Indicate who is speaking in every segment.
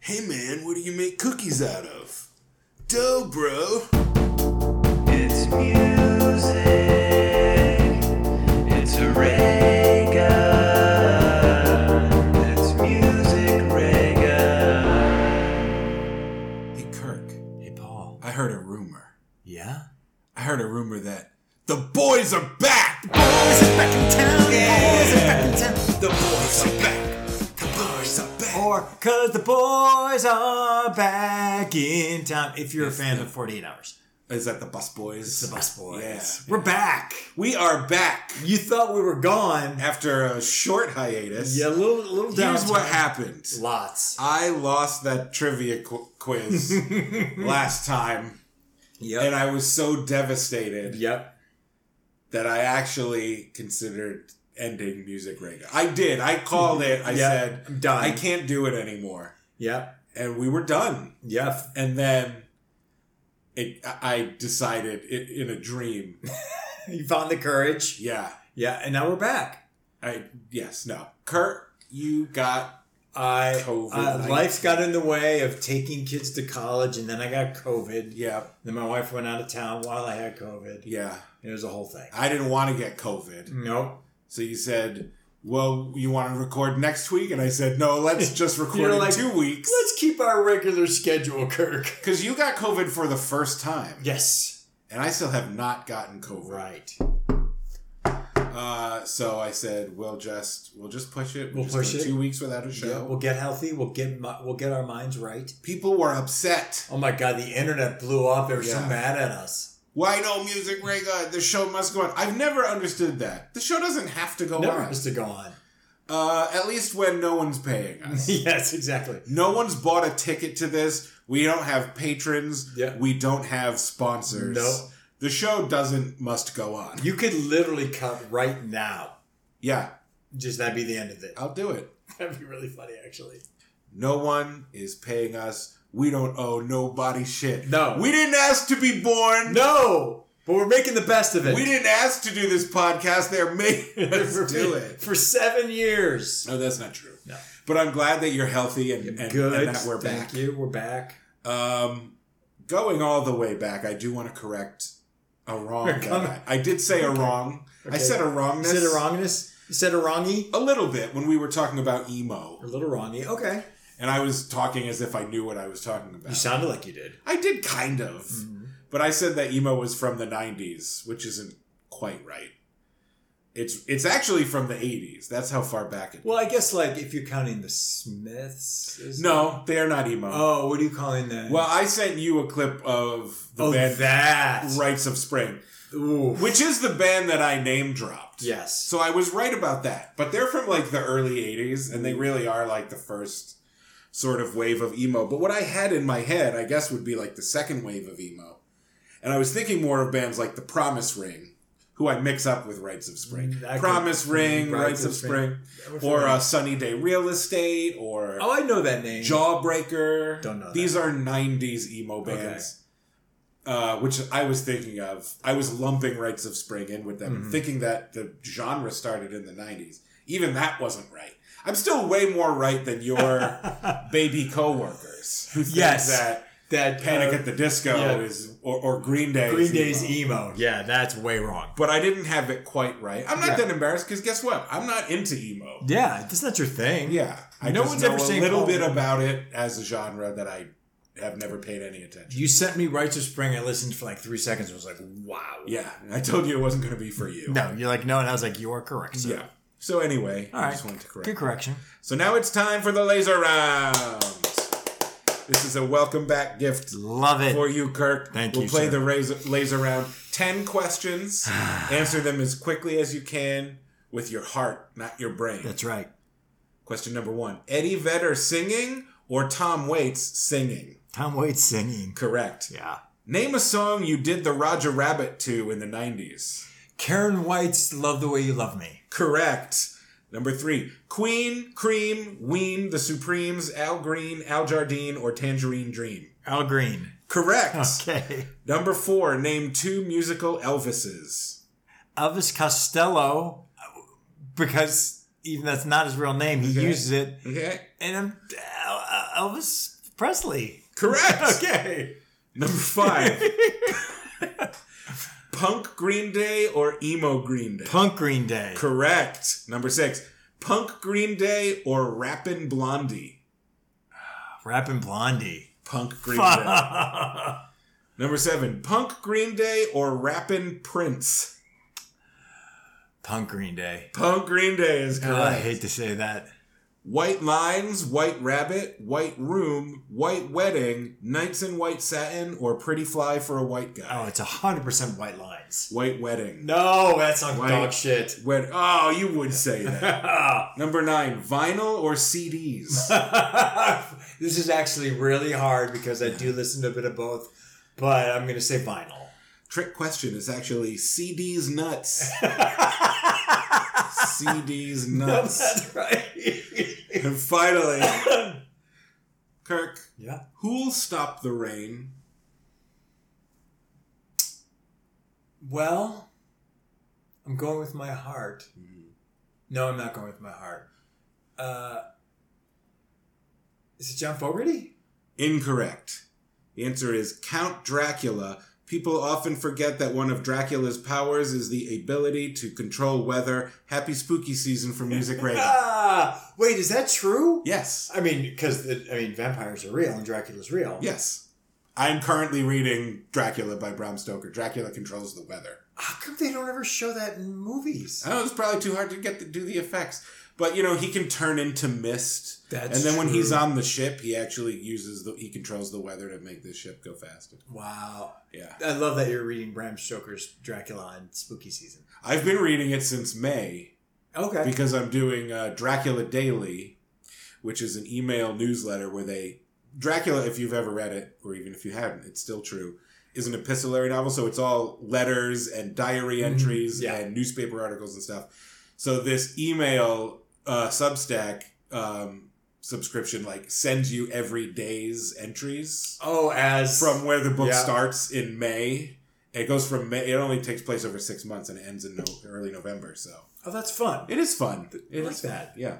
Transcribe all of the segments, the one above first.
Speaker 1: Hey man, what do you make cookies out of? Dough, bro.
Speaker 2: It's music. It's Reagan. It's music, Reagan.
Speaker 1: Hey Kirk,
Speaker 3: Hey, Paul.
Speaker 1: I heard a rumor.
Speaker 3: Yeah?
Speaker 1: I heard a rumor that the boys are back. The boys are back in town. The boys are back in town. The boys are back. The boys are back.
Speaker 3: Or, cause the boys are back in town. If you're a fan of 48 Hours,
Speaker 1: Is that the bus boys?
Speaker 3: the bus boys.
Speaker 1: Yeah.
Speaker 3: We're back.
Speaker 1: We are back
Speaker 3: You thought we were gone.
Speaker 1: after a short hiatus.
Speaker 3: Yeah, a little, a little down.
Speaker 1: Here's what happened.
Speaker 3: Lots.
Speaker 1: I lost that trivia qu- quiz last time, and
Speaker 3: Yep.
Speaker 1: I was so devastated
Speaker 3: Yep.
Speaker 1: that I actually considered ending Music Rega. I did. I called it. I
Speaker 3: Yeah, Mm-hmm.
Speaker 1: said,
Speaker 3: I'm done.
Speaker 1: I can't do it anymore.
Speaker 3: Yep.
Speaker 1: And we were done.
Speaker 3: Yep.
Speaker 1: And then it, I- I decided it, in a dream.
Speaker 3: You found the courage.
Speaker 1: Yeah.
Speaker 3: Yeah, and now we're back.
Speaker 1: I Yes, no. Kurt, you got.
Speaker 3: I uh,
Speaker 1: COVID-19.
Speaker 3: life's got in the way of taking kids to college, and then I got COVID.
Speaker 1: Yeah,
Speaker 3: Then my wife went out of town while I had COVID.
Speaker 1: yeah.
Speaker 3: It was a whole thing.
Speaker 1: I didn't want to get COVID.
Speaker 3: Nope.
Speaker 1: So you said, "Well, you want to record next week?" And I said, "No, let's just record in
Speaker 3: like,
Speaker 1: two weeks."
Speaker 3: Let's keep our regular schedule, Kirk.
Speaker 1: Because you got COVID for the first time,
Speaker 3: Yes.
Speaker 1: and I still have not gotten COVID.
Speaker 3: Right.
Speaker 1: Uh, so I said, "We'll just we'll just push it.
Speaker 3: We'll
Speaker 1: just
Speaker 3: push
Speaker 1: go
Speaker 3: it.
Speaker 1: Two weeks without a show."
Speaker 3: Yeah, we'll get healthy. We'll get mi- we'll get our minds right.
Speaker 1: People were upset.
Speaker 3: Oh my God, the internet blew up. They were so
Speaker 1: Yeah.
Speaker 3: mad at us.
Speaker 1: Why no music, Rega? The show must go on. I've never understood that. The show doesn't have to go
Speaker 3: Never
Speaker 1: on.
Speaker 3: has to go on.
Speaker 1: Uh, at least when no one's paying us.
Speaker 3: yes, exactly.
Speaker 1: No one's bought a ticket to this. We don't have patrons.
Speaker 3: Yeah.
Speaker 1: We don't have sponsors.
Speaker 3: No.
Speaker 1: The show doesn't must go on.
Speaker 3: You could literally cut right now.
Speaker 1: Yeah,
Speaker 3: Just that'd be the end of it.
Speaker 1: I'll do it.
Speaker 3: That'd be really funny, actually.
Speaker 1: No one is paying us. We don't owe nobody shit.
Speaker 3: No.
Speaker 1: We didn't ask to be born.
Speaker 3: No, but we're making the best of it.
Speaker 1: We didn't ask to do this podcast. They're making us do it.
Speaker 3: for seven years.
Speaker 1: No, that's not true.
Speaker 3: No.
Speaker 1: But I'm glad that you're healthy and, and,
Speaker 3: Good.
Speaker 1: and that we're
Speaker 3: Thank
Speaker 1: back.
Speaker 3: you. We're back.
Speaker 1: Um, going all the way back, I do want to correct a wrong
Speaker 3: We're
Speaker 1: that
Speaker 3: coming-
Speaker 1: I, I did say a wrong. I
Speaker 3: Okay.
Speaker 1: said a
Speaker 3: You
Speaker 1: wrongness.
Speaker 3: said a wrongness. You said a wrongy.
Speaker 1: A little bit when we were talking about emo,
Speaker 3: A little wrongy. Okay.
Speaker 1: and I was talking as if I knew what I was talking about.
Speaker 3: You sounded like you did.
Speaker 1: I did kind of,
Speaker 3: Mm-hmm.
Speaker 1: but I said that emo was from the '90s, which isn't quite right. It's it's actually from the '80s. That's how far back it.
Speaker 3: Well, I guess like if you're counting the Smiths. is-
Speaker 1: no, they are not emo.
Speaker 3: Oh, what are you calling that?
Speaker 1: well, I sent you a clip of the
Speaker 3: oh,
Speaker 1: band
Speaker 3: that.
Speaker 1: Rites of Spring,
Speaker 3: Ooh.
Speaker 1: which is the band that I name dropped.
Speaker 3: yes.
Speaker 1: So I was right about that. But they're from like the early 80s and they
Speaker 3: Mm-hmm.
Speaker 1: really are like the first sort of wave of emo. But what I had in my head, I guess, would be like the second wave of emo. And I was thinking more of bands like The Promise Ring, who I mix up with Rites of Spring.
Speaker 3: Mm, that could-
Speaker 1: Promise Ring,
Speaker 3: Rites
Speaker 1: Rites
Speaker 3: of
Speaker 1: of Spring.
Speaker 3: We're
Speaker 1: Or
Speaker 3: familiar.
Speaker 1: uh, Sunny Day Real Estate or
Speaker 3: oh, I know that name.
Speaker 1: Jawbreaker.
Speaker 3: Don't know that.
Speaker 1: These are 90s emo
Speaker 3: Okay.
Speaker 1: bands. Uh, which I was thinking of. I was lumping Rites of Spring in with them, and
Speaker 3: Mhm.
Speaker 1: thinking that the genre started in the 90s. Even that wasn't right. I'm still way more right than your baby coworkers who think
Speaker 3: Yes.
Speaker 1: that
Speaker 3: that
Speaker 1: Panic
Speaker 3: uh,
Speaker 1: at the Disco
Speaker 3: yeah.
Speaker 1: is or, or Green Day.
Speaker 3: Green
Speaker 1: is
Speaker 3: Day's e-
Speaker 1: emo.
Speaker 3: emo. Yeah, that's way wrong.
Speaker 1: But I didn't have it quite right. I'm not
Speaker 3: Yeah.
Speaker 1: that embarrassed because guess what? I'm not into emo.
Speaker 3: Yeah, that's not your thing.
Speaker 1: Yeah, I
Speaker 3: No
Speaker 1: just
Speaker 3: one's
Speaker 1: know
Speaker 3: ever
Speaker 1: a
Speaker 3: seen
Speaker 1: little
Speaker 3: Paul
Speaker 1: bit
Speaker 3: Rudd.
Speaker 1: about it as a genre that I have never paid any attention.
Speaker 3: You sent me Rites of Spring. I listened for like three seconds. and was like, wow.
Speaker 1: Yeah, I told you it wasn't going to be for you.
Speaker 3: No, you're like, no. And I was like, you are correct. sir.
Speaker 1: Yeah. So anyway,
Speaker 3: All
Speaker 1: I
Speaker 3: right.
Speaker 1: just wanted to correct.
Speaker 3: Good correction.
Speaker 1: So now it's time for the laser round. This is a welcome back gift
Speaker 3: Love it.
Speaker 1: for you, Kirk.
Speaker 3: Thank
Speaker 1: we'll
Speaker 3: you,
Speaker 1: play
Speaker 3: sir.
Speaker 1: the razor, laser round. Ten questions. Answer them as quickly as you can with your heart, not your brain.
Speaker 3: That's right.
Speaker 1: Question number one: Eddie Vedder singing or Tom Waits singing?
Speaker 3: Tom Waits singing.
Speaker 1: Correct.
Speaker 3: Yeah.
Speaker 1: Name a song you did the Roger Rabbit to in the 90s.
Speaker 3: Karen White's "Love the Way You Love Me."
Speaker 1: Correct. Number three, Queen, Cream, Ween, The Supremes, Al Green, Al Jardine, or Tangerine Dream.
Speaker 3: Al Green.
Speaker 1: Correct.
Speaker 3: Okay.
Speaker 1: Number four, name two musical Elvises.
Speaker 3: Elvis Costello, because even that's not his real name, he
Speaker 1: Okay.
Speaker 3: uses it.
Speaker 1: Okay.
Speaker 3: And I'm, El- El- Elvis Presley.
Speaker 1: Correct.
Speaker 3: Okay.
Speaker 1: Number five. Punk Green Day or emo Green Day?
Speaker 3: Punk Green Day.
Speaker 1: Correct. Number six. Punk Green Day or Rappin' Blondie?
Speaker 3: Rapping Blondie.
Speaker 1: Punk Green Day.
Speaker 3: Fuck.
Speaker 1: Number seven. Punk Green Day or Rappin' Prince?
Speaker 3: Punk Green Day.
Speaker 1: Punk Green Day is
Speaker 3: God,
Speaker 1: correct.
Speaker 3: I hate to say that.
Speaker 1: White Lines, White Rabbit, White Room, White Wedding, Nights in White Satin, or Pretty Fly for a White Guy?
Speaker 3: Oh, it's hundred percent white lines.
Speaker 1: White Wedding.
Speaker 3: No, that's not
Speaker 1: White-
Speaker 3: dog shit.
Speaker 1: Wed- oh, you would say that.
Speaker 3: this
Speaker 1: Number nine, vinyl or CDs?
Speaker 3: is actually really hard because I do listen to a bit of both, but I'm gonna say vinyl.
Speaker 1: Trick question is actually CDs nuts. CDs nuts.
Speaker 3: That's right.
Speaker 1: and finally, Kirk,
Speaker 3: yeah.
Speaker 1: who'll stop the rain?
Speaker 3: Well, I'm going with my heart. No, I'm not going with my heart. Uh, is it John Fogerty?
Speaker 1: Incorrect. The answer is Count Dracula. People often forget that one of Dracula's powers is the ability to control weather. Happy spooky season for music radio.
Speaker 3: Ah, wait, is that true?
Speaker 1: yes.
Speaker 3: I mean, because I mean, vampires are real and Dracula's real.
Speaker 1: Yes. I'm currently reading Dracula by Bram Stoker. Dracula controls the weather.
Speaker 3: How come they don't ever show that in movies?
Speaker 1: I know it's probably too hard to get to do the effects, but you know he can turn into mist.
Speaker 3: That's
Speaker 1: and then when
Speaker 3: true.
Speaker 1: he's on the ship, he actually uses the he controls the weather to make the ship go faster.
Speaker 3: Wow,
Speaker 1: Yeah,
Speaker 3: I love that you're reading Bram Stoker's Dracula in spooky season.
Speaker 1: I've been reading it since May
Speaker 3: Okay.
Speaker 1: because I'm doing uh, Dracula Daily, which is an email newsletter where they Dracula. If you've ever read it, or even if you haven't, it's still true. Is an epistolary novel, so it's all letters and diary
Speaker 3: Mhm.
Speaker 1: entries
Speaker 3: Yeah.
Speaker 1: and newspaper articles and stuff. So this email uh, Substack um, subscription like sends you every day's entries
Speaker 3: Oh, as
Speaker 1: from where the book
Speaker 3: Yeah.
Speaker 1: starts in May. It goes from May. It only takes place over six months and it ends in no, early November. So
Speaker 3: oh, that's fun.
Speaker 1: it is fun.
Speaker 3: I
Speaker 1: It
Speaker 3: like
Speaker 1: is fun.
Speaker 3: that.
Speaker 1: Yeah.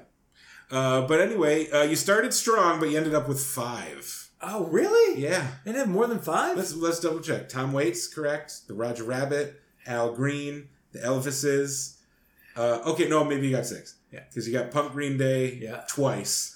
Speaker 1: Uh, but anyway, uh, you started strong, but you ended up with five.
Speaker 3: Oh, really?
Speaker 1: Yeah.
Speaker 3: And have more than 5
Speaker 1: Let's let's double check. Tom Waits, correct? The Roger Rabbit, Al Green, the Elvises. Uh, okay, no, maybe you got six.
Speaker 3: Yeah.
Speaker 1: Because you got Punk Green Day
Speaker 3: Yeah.
Speaker 1: twice.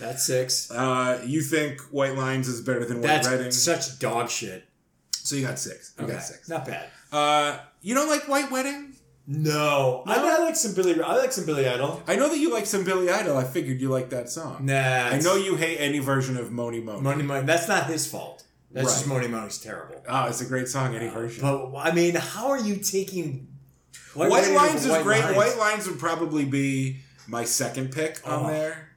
Speaker 3: that's six.
Speaker 1: Uh, you think White Lines is better than White
Speaker 3: That's
Speaker 1: Wedding,
Speaker 3: such dog shit.
Speaker 1: so you got six. You
Speaker 3: Okay,
Speaker 1: got six.
Speaker 3: not bad.
Speaker 1: Uh, you don't like White Wedding?
Speaker 3: No, I,
Speaker 1: No?
Speaker 3: I like some Billy. I like some Billy Idol.
Speaker 1: I know that you like some Billy Idol. I figured you like that song.
Speaker 3: Nah,
Speaker 1: I know you hate any version of Moni Moni.
Speaker 3: Money Money. That's not his fault. That's just
Speaker 1: Right.
Speaker 3: Money Money's terrible.
Speaker 1: Oh, it's a great song, any version.
Speaker 3: But I mean, how are you taking
Speaker 1: White,
Speaker 3: Raven
Speaker 1: Lines
Speaker 3: over
Speaker 1: is great. White Lines would probably be my second pick on
Speaker 3: Oh.
Speaker 1: there.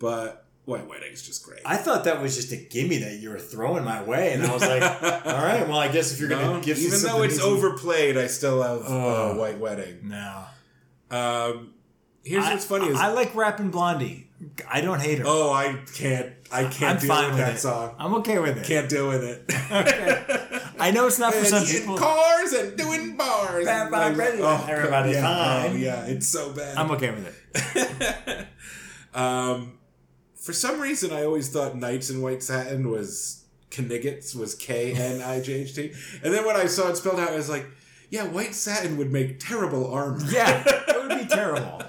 Speaker 1: But White Wedding's just great.
Speaker 3: I thought that was just a gimme that you were throwing my way, and I was like, all right, well, I guess if you're
Speaker 1: No,
Speaker 3: gonna give
Speaker 1: even
Speaker 3: something
Speaker 1: though it's
Speaker 3: easy-
Speaker 1: overplayed, I still have uh,
Speaker 3: Ugh.
Speaker 1: White Wedding.
Speaker 3: No,
Speaker 1: Um, here's
Speaker 3: I-
Speaker 1: what's funny is
Speaker 3: I, like rapping Blondie. I don't hate her.
Speaker 1: oh, I can't, I can't
Speaker 3: I'm
Speaker 1: deal
Speaker 3: fine
Speaker 1: with,
Speaker 3: with
Speaker 1: that
Speaker 3: it.
Speaker 1: song.
Speaker 3: I'm okay with it.
Speaker 1: Can't deal with it.
Speaker 3: I know it's not for
Speaker 1: and
Speaker 3: some
Speaker 1: in
Speaker 3: people.
Speaker 1: cars and doing bars.
Speaker 3: Bad
Speaker 1: And
Speaker 3: by
Speaker 1: I'm like,
Speaker 3: radio,
Speaker 1: oh,
Speaker 3: everybody's
Speaker 1: yeah,
Speaker 3: fine.
Speaker 1: oh, yeah, it's so bad.
Speaker 3: I'm okay with it.
Speaker 1: um, for some reason, I always thought Knights in White Satin was Knigget's was K N I J H T, and then when I saw it spelled out, I was like, "Yeah, White Satin would make terrible armor."
Speaker 3: Yeah, it would be terrible.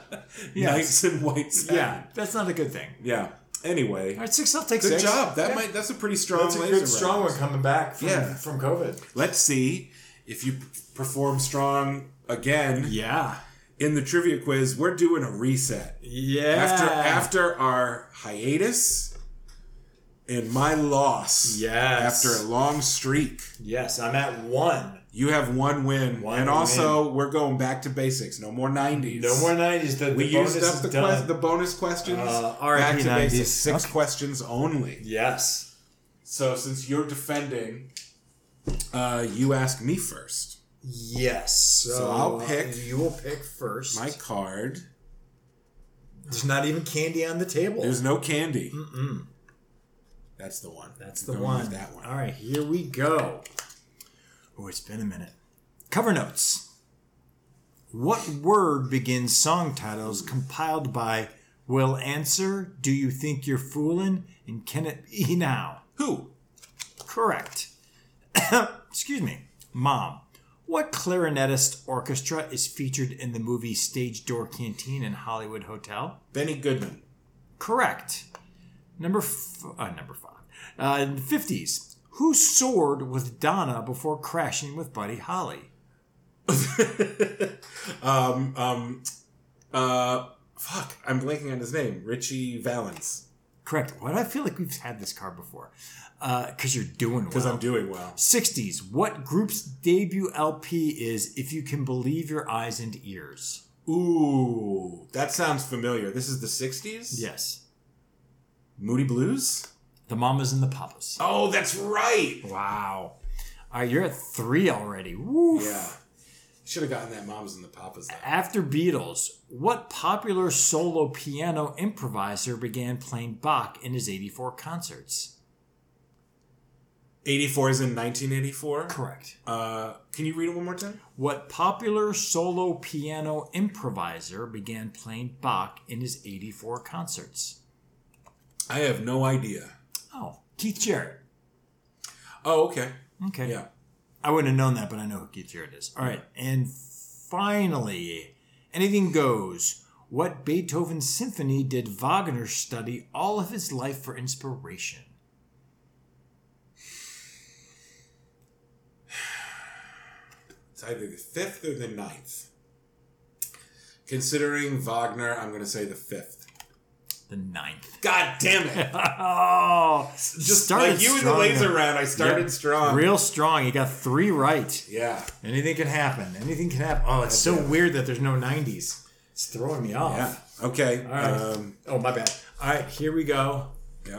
Speaker 1: Knights in White Satin.
Speaker 3: Yeah, that's not a good thing.
Speaker 1: yeah. Anyway,
Speaker 3: All right, six. I'll take
Speaker 1: good
Speaker 3: six.
Speaker 1: job. That
Speaker 3: Yeah.
Speaker 1: might that's a pretty strong
Speaker 3: That's a
Speaker 1: laser
Speaker 3: good,
Speaker 1: round.
Speaker 3: strong one coming back from,
Speaker 1: Yeah.
Speaker 3: from COVID.
Speaker 1: Let's see if you p- perform strong again
Speaker 3: Yeah.
Speaker 1: in the trivia quiz. We're doing a reset.
Speaker 3: Yeah.
Speaker 1: after after our hiatus and my loss
Speaker 3: Yes.
Speaker 1: after a long streak
Speaker 3: Yes, I'm at one.
Speaker 1: you have one win
Speaker 3: One
Speaker 1: and also we're going back to basics no more 90s
Speaker 3: No more nineties. The,
Speaker 1: we
Speaker 3: the bonus
Speaker 1: used up
Speaker 3: is
Speaker 1: the,
Speaker 3: done.
Speaker 1: que- the bonus questions
Speaker 3: Uh, R.I.P.
Speaker 1: back to
Speaker 3: 90s.
Speaker 1: basics six
Speaker 3: Okay.
Speaker 1: questions only
Speaker 3: yes.
Speaker 1: so since you're defending uh, you ask me first
Speaker 3: Yes. So,
Speaker 1: I'll pick-
Speaker 3: You will pick first.
Speaker 1: my card
Speaker 3: There's not even candy on the table.
Speaker 1: there's no candy
Speaker 3: Mm-mm.
Speaker 1: that's the one
Speaker 3: That's the
Speaker 1: Going with
Speaker 3: one.
Speaker 1: that one
Speaker 3: All right, here we go. Oh, it's been a minute. Cover notes. What word begins song titles compiled by will answer, Do you think you're fooling? And can it be now?
Speaker 1: Who?
Speaker 3: Correct. Excuse me. Mom, what clarinetist orchestra is featured in the movie Stage Door Canteen and Hollywood Hotel?
Speaker 1: Benny Goodman.
Speaker 3: Correct. Number f- uh, number five. Uh, in the 50s. Who soared with Donna before crashing with Buddy Holly?
Speaker 1: um, um, uh, fuck, I'm blanking on his name. Richie Valens.
Speaker 3: Correct. Why do I feel like we've had this card before? Because you're doing well.
Speaker 1: Because I'm doing well.
Speaker 3: 60s. What group's debut LP is If You Can Believe Your Eyes and Ears?
Speaker 1: Ooh, that sounds familiar. This is the 60s?
Speaker 3: Yes.
Speaker 1: Moody Blues?
Speaker 3: The Mamas and the Papas.
Speaker 1: Oh, that's right.
Speaker 3: Wow. All right, you're at three already. Woof.
Speaker 1: Yeah. Should have gotten that Moms and the Papas. Though.
Speaker 3: After Beatles, what popular solo piano improviser began playing Bach in his 84 concerts?
Speaker 1: 84 is in 1984.
Speaker 3: Correct.
Speaker 1: Uh, can you read it one more time?
Speaker 3: What popular solo piano improviser began playing Bach in his 84 concerts?
Speaker 1: I have no idea.
Speaker 3: Oh, Keith Jarrett.
Speaker 1: Oh, okay.
Speaker 3: Okay.
Speaker 1: Yeah.
Speaker 3: I wouldn't have known that, but I know who Keith Jarrett is. All right. And finally, anything goes. What Beethoven symphony did Wagner study all of his life for inspiration?
Speaker 1: It's either the fifth or the ninth. Considering Wagner, I'm going to say the fifth.
Speaker 3: The ninth.
Speaker 1: God damn it.
Speaker 3: oh,
Speaker 1: Just
Speaker 3: started
Speaker 1: like you in the
Speaker 3: strong
Speaker 1: laser
Speaker 3: there.
Speaker 1: round, I started
Speaker 3: Yep.
Speaker 1: strong.
Speaker 3: Real strong. You got three right.
Speaker 1: Yeah.
Speaker 3: Anything can happen. Anything can happen. Oh, it's so weird that there's no 90s. It's throwing me off.
Speaker 1: Yeah. Okay.
Speaker 3: right.
Speaker 1: Um,
Speaker 3: Oh, my bad. All right, here we go.
Speaker 1: yeah.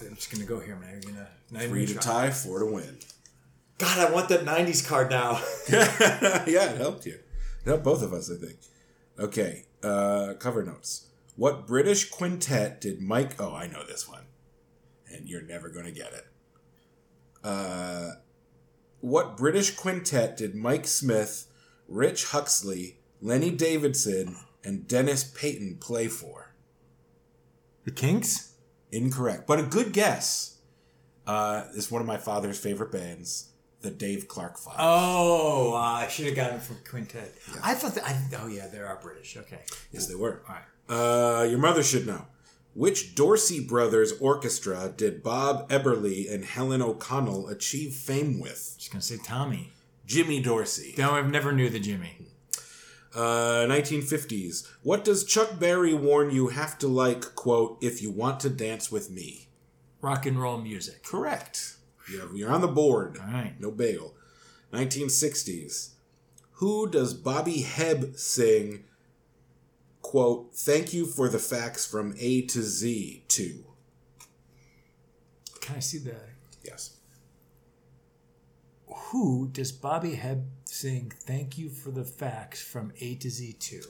Speaker 3: I'm just going to go here. I'm not even gonna- not even
Speaker 1: Three
Speaker 3: gonna
Speaker 1: to
Speaker 3: try.
Speaker 1: tie, four to win.
Speaker 4: God, I want that 90s card now.
Speaker 1: yeah, it helped you. It helped both of us, I think. Okay, uh, cover notes. What British quintet did Mike? Oh, I know this one, and you're never going to get it. Uh, what British quintet did Mike Smith, Rich Huxley, Lenny Davidson, and Dennis Payton play for?
Speaker 3: The Kinks?
Speaker 1: Incorrect, but a good guess. Uh, it's one of my father's favorite bands, the Dave Clark Five.
Speaker 3: Oh, uh, I should have gotten it from Quintet. I thought that. I, oh, yeah, they are British. Okay.
Speaker 1: Yes, they were.
Speaker 3: All right.
Speaker 1: Uh, your mother should know. Which Dorsey Brothers orchestra did Bob Eberly and Helen O'Connell achieve fame with?
Speaker 3: Just going to say Tommy.
Speaker 1: Jimmy Dorsey.
Speaker 3: No, I've never knew the Jimmy.
Speaker 1: Uh, 1950s. What does Chuck Berry warn you have to like, quote, if you want to dance with me?
Speaker 3: Rock and roll music.
Speaker 1: Correct. You- You're on the board.
Speaker 3: All right.
Speaker 1: No bail. 1960s. Who does Bobby Hebb sing, quote, thank you for the facts from A to Z to?
Speaker 3: Can I see the.
Speaker 1: Yes.
Speaker 3: Who does Bobby Hebb sing Thank You for the Facts from A to Z 2?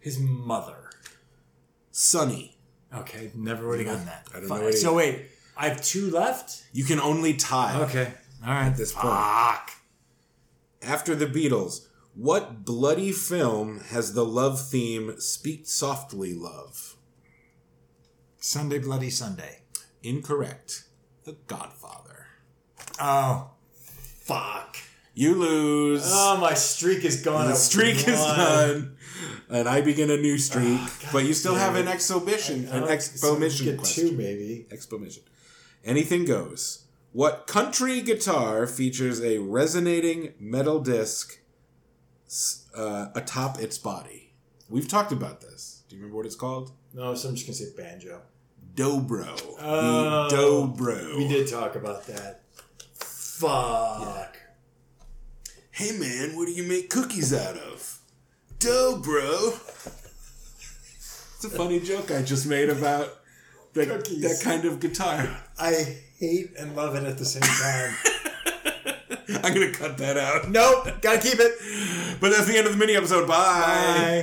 Speaker 3: His mother.
Speaker 1: Sonny.
Speaker 3: Okay, never would have gotten that.
Speaker 1: I don't
Speaker 3: Fine.
Speaker 1: know either.
Speaker 3: So wait, I have two left?
Speaker 1: You can only tie
Speaker 3: Okay. Ah. All right.
Speaker 1: at this point.
Speaker 3: Fuck.
Speaker 1: After the Beatles, what bloody film has the love theme Speak Softly Love?
Speaker 3: Sunday Bloody Sunday.
Speaker 1: Incorrect. The Godfather.
Speaker 3: Oh. Fuck.
Speaker 1: You lose.
Speaker 4: oh, my streak is gone.
Speaker 1: the
Speaker 4: I
Speaker 1: streak is
Speaker 4: won.
Speaker 1: done. And I begin a new streak. but you still have an exhibition,
Speaker 4: I
Speaker 1: an
Speaker 4: don't-
Speaker 1: exposition
Speaker 4: get
Speaker 1: question.
Speaker 4: two, maybe.
Speaker 1: Exclamation. Anything goes. What country guitar features a resonating metal disc s- uh, atop its body? We've talked about this. Do you remember what it's called?
Speaker 4: No, so I'm just going to say banjo.
Speaker 1: Dobro.
Speaker 4: Oh.
Speaker 1: the dobro.
Speaker 4: We did talk about that. Fuck.
Speaker 1: Hey man, what do you make cookies out of? Dobro. It's a funny joke I just made about that,
Speaker 4: Cookies.
Speaker 1: that kind of guitar.
Speaker 4: I hate and love it at the same time.
Speaker 1: I'm gonna cut that out.
Speaker 4: nope, gotta keep it.
Speaker 1: But that's the end of the mini episode. Bye.
Speaker 4: Bye.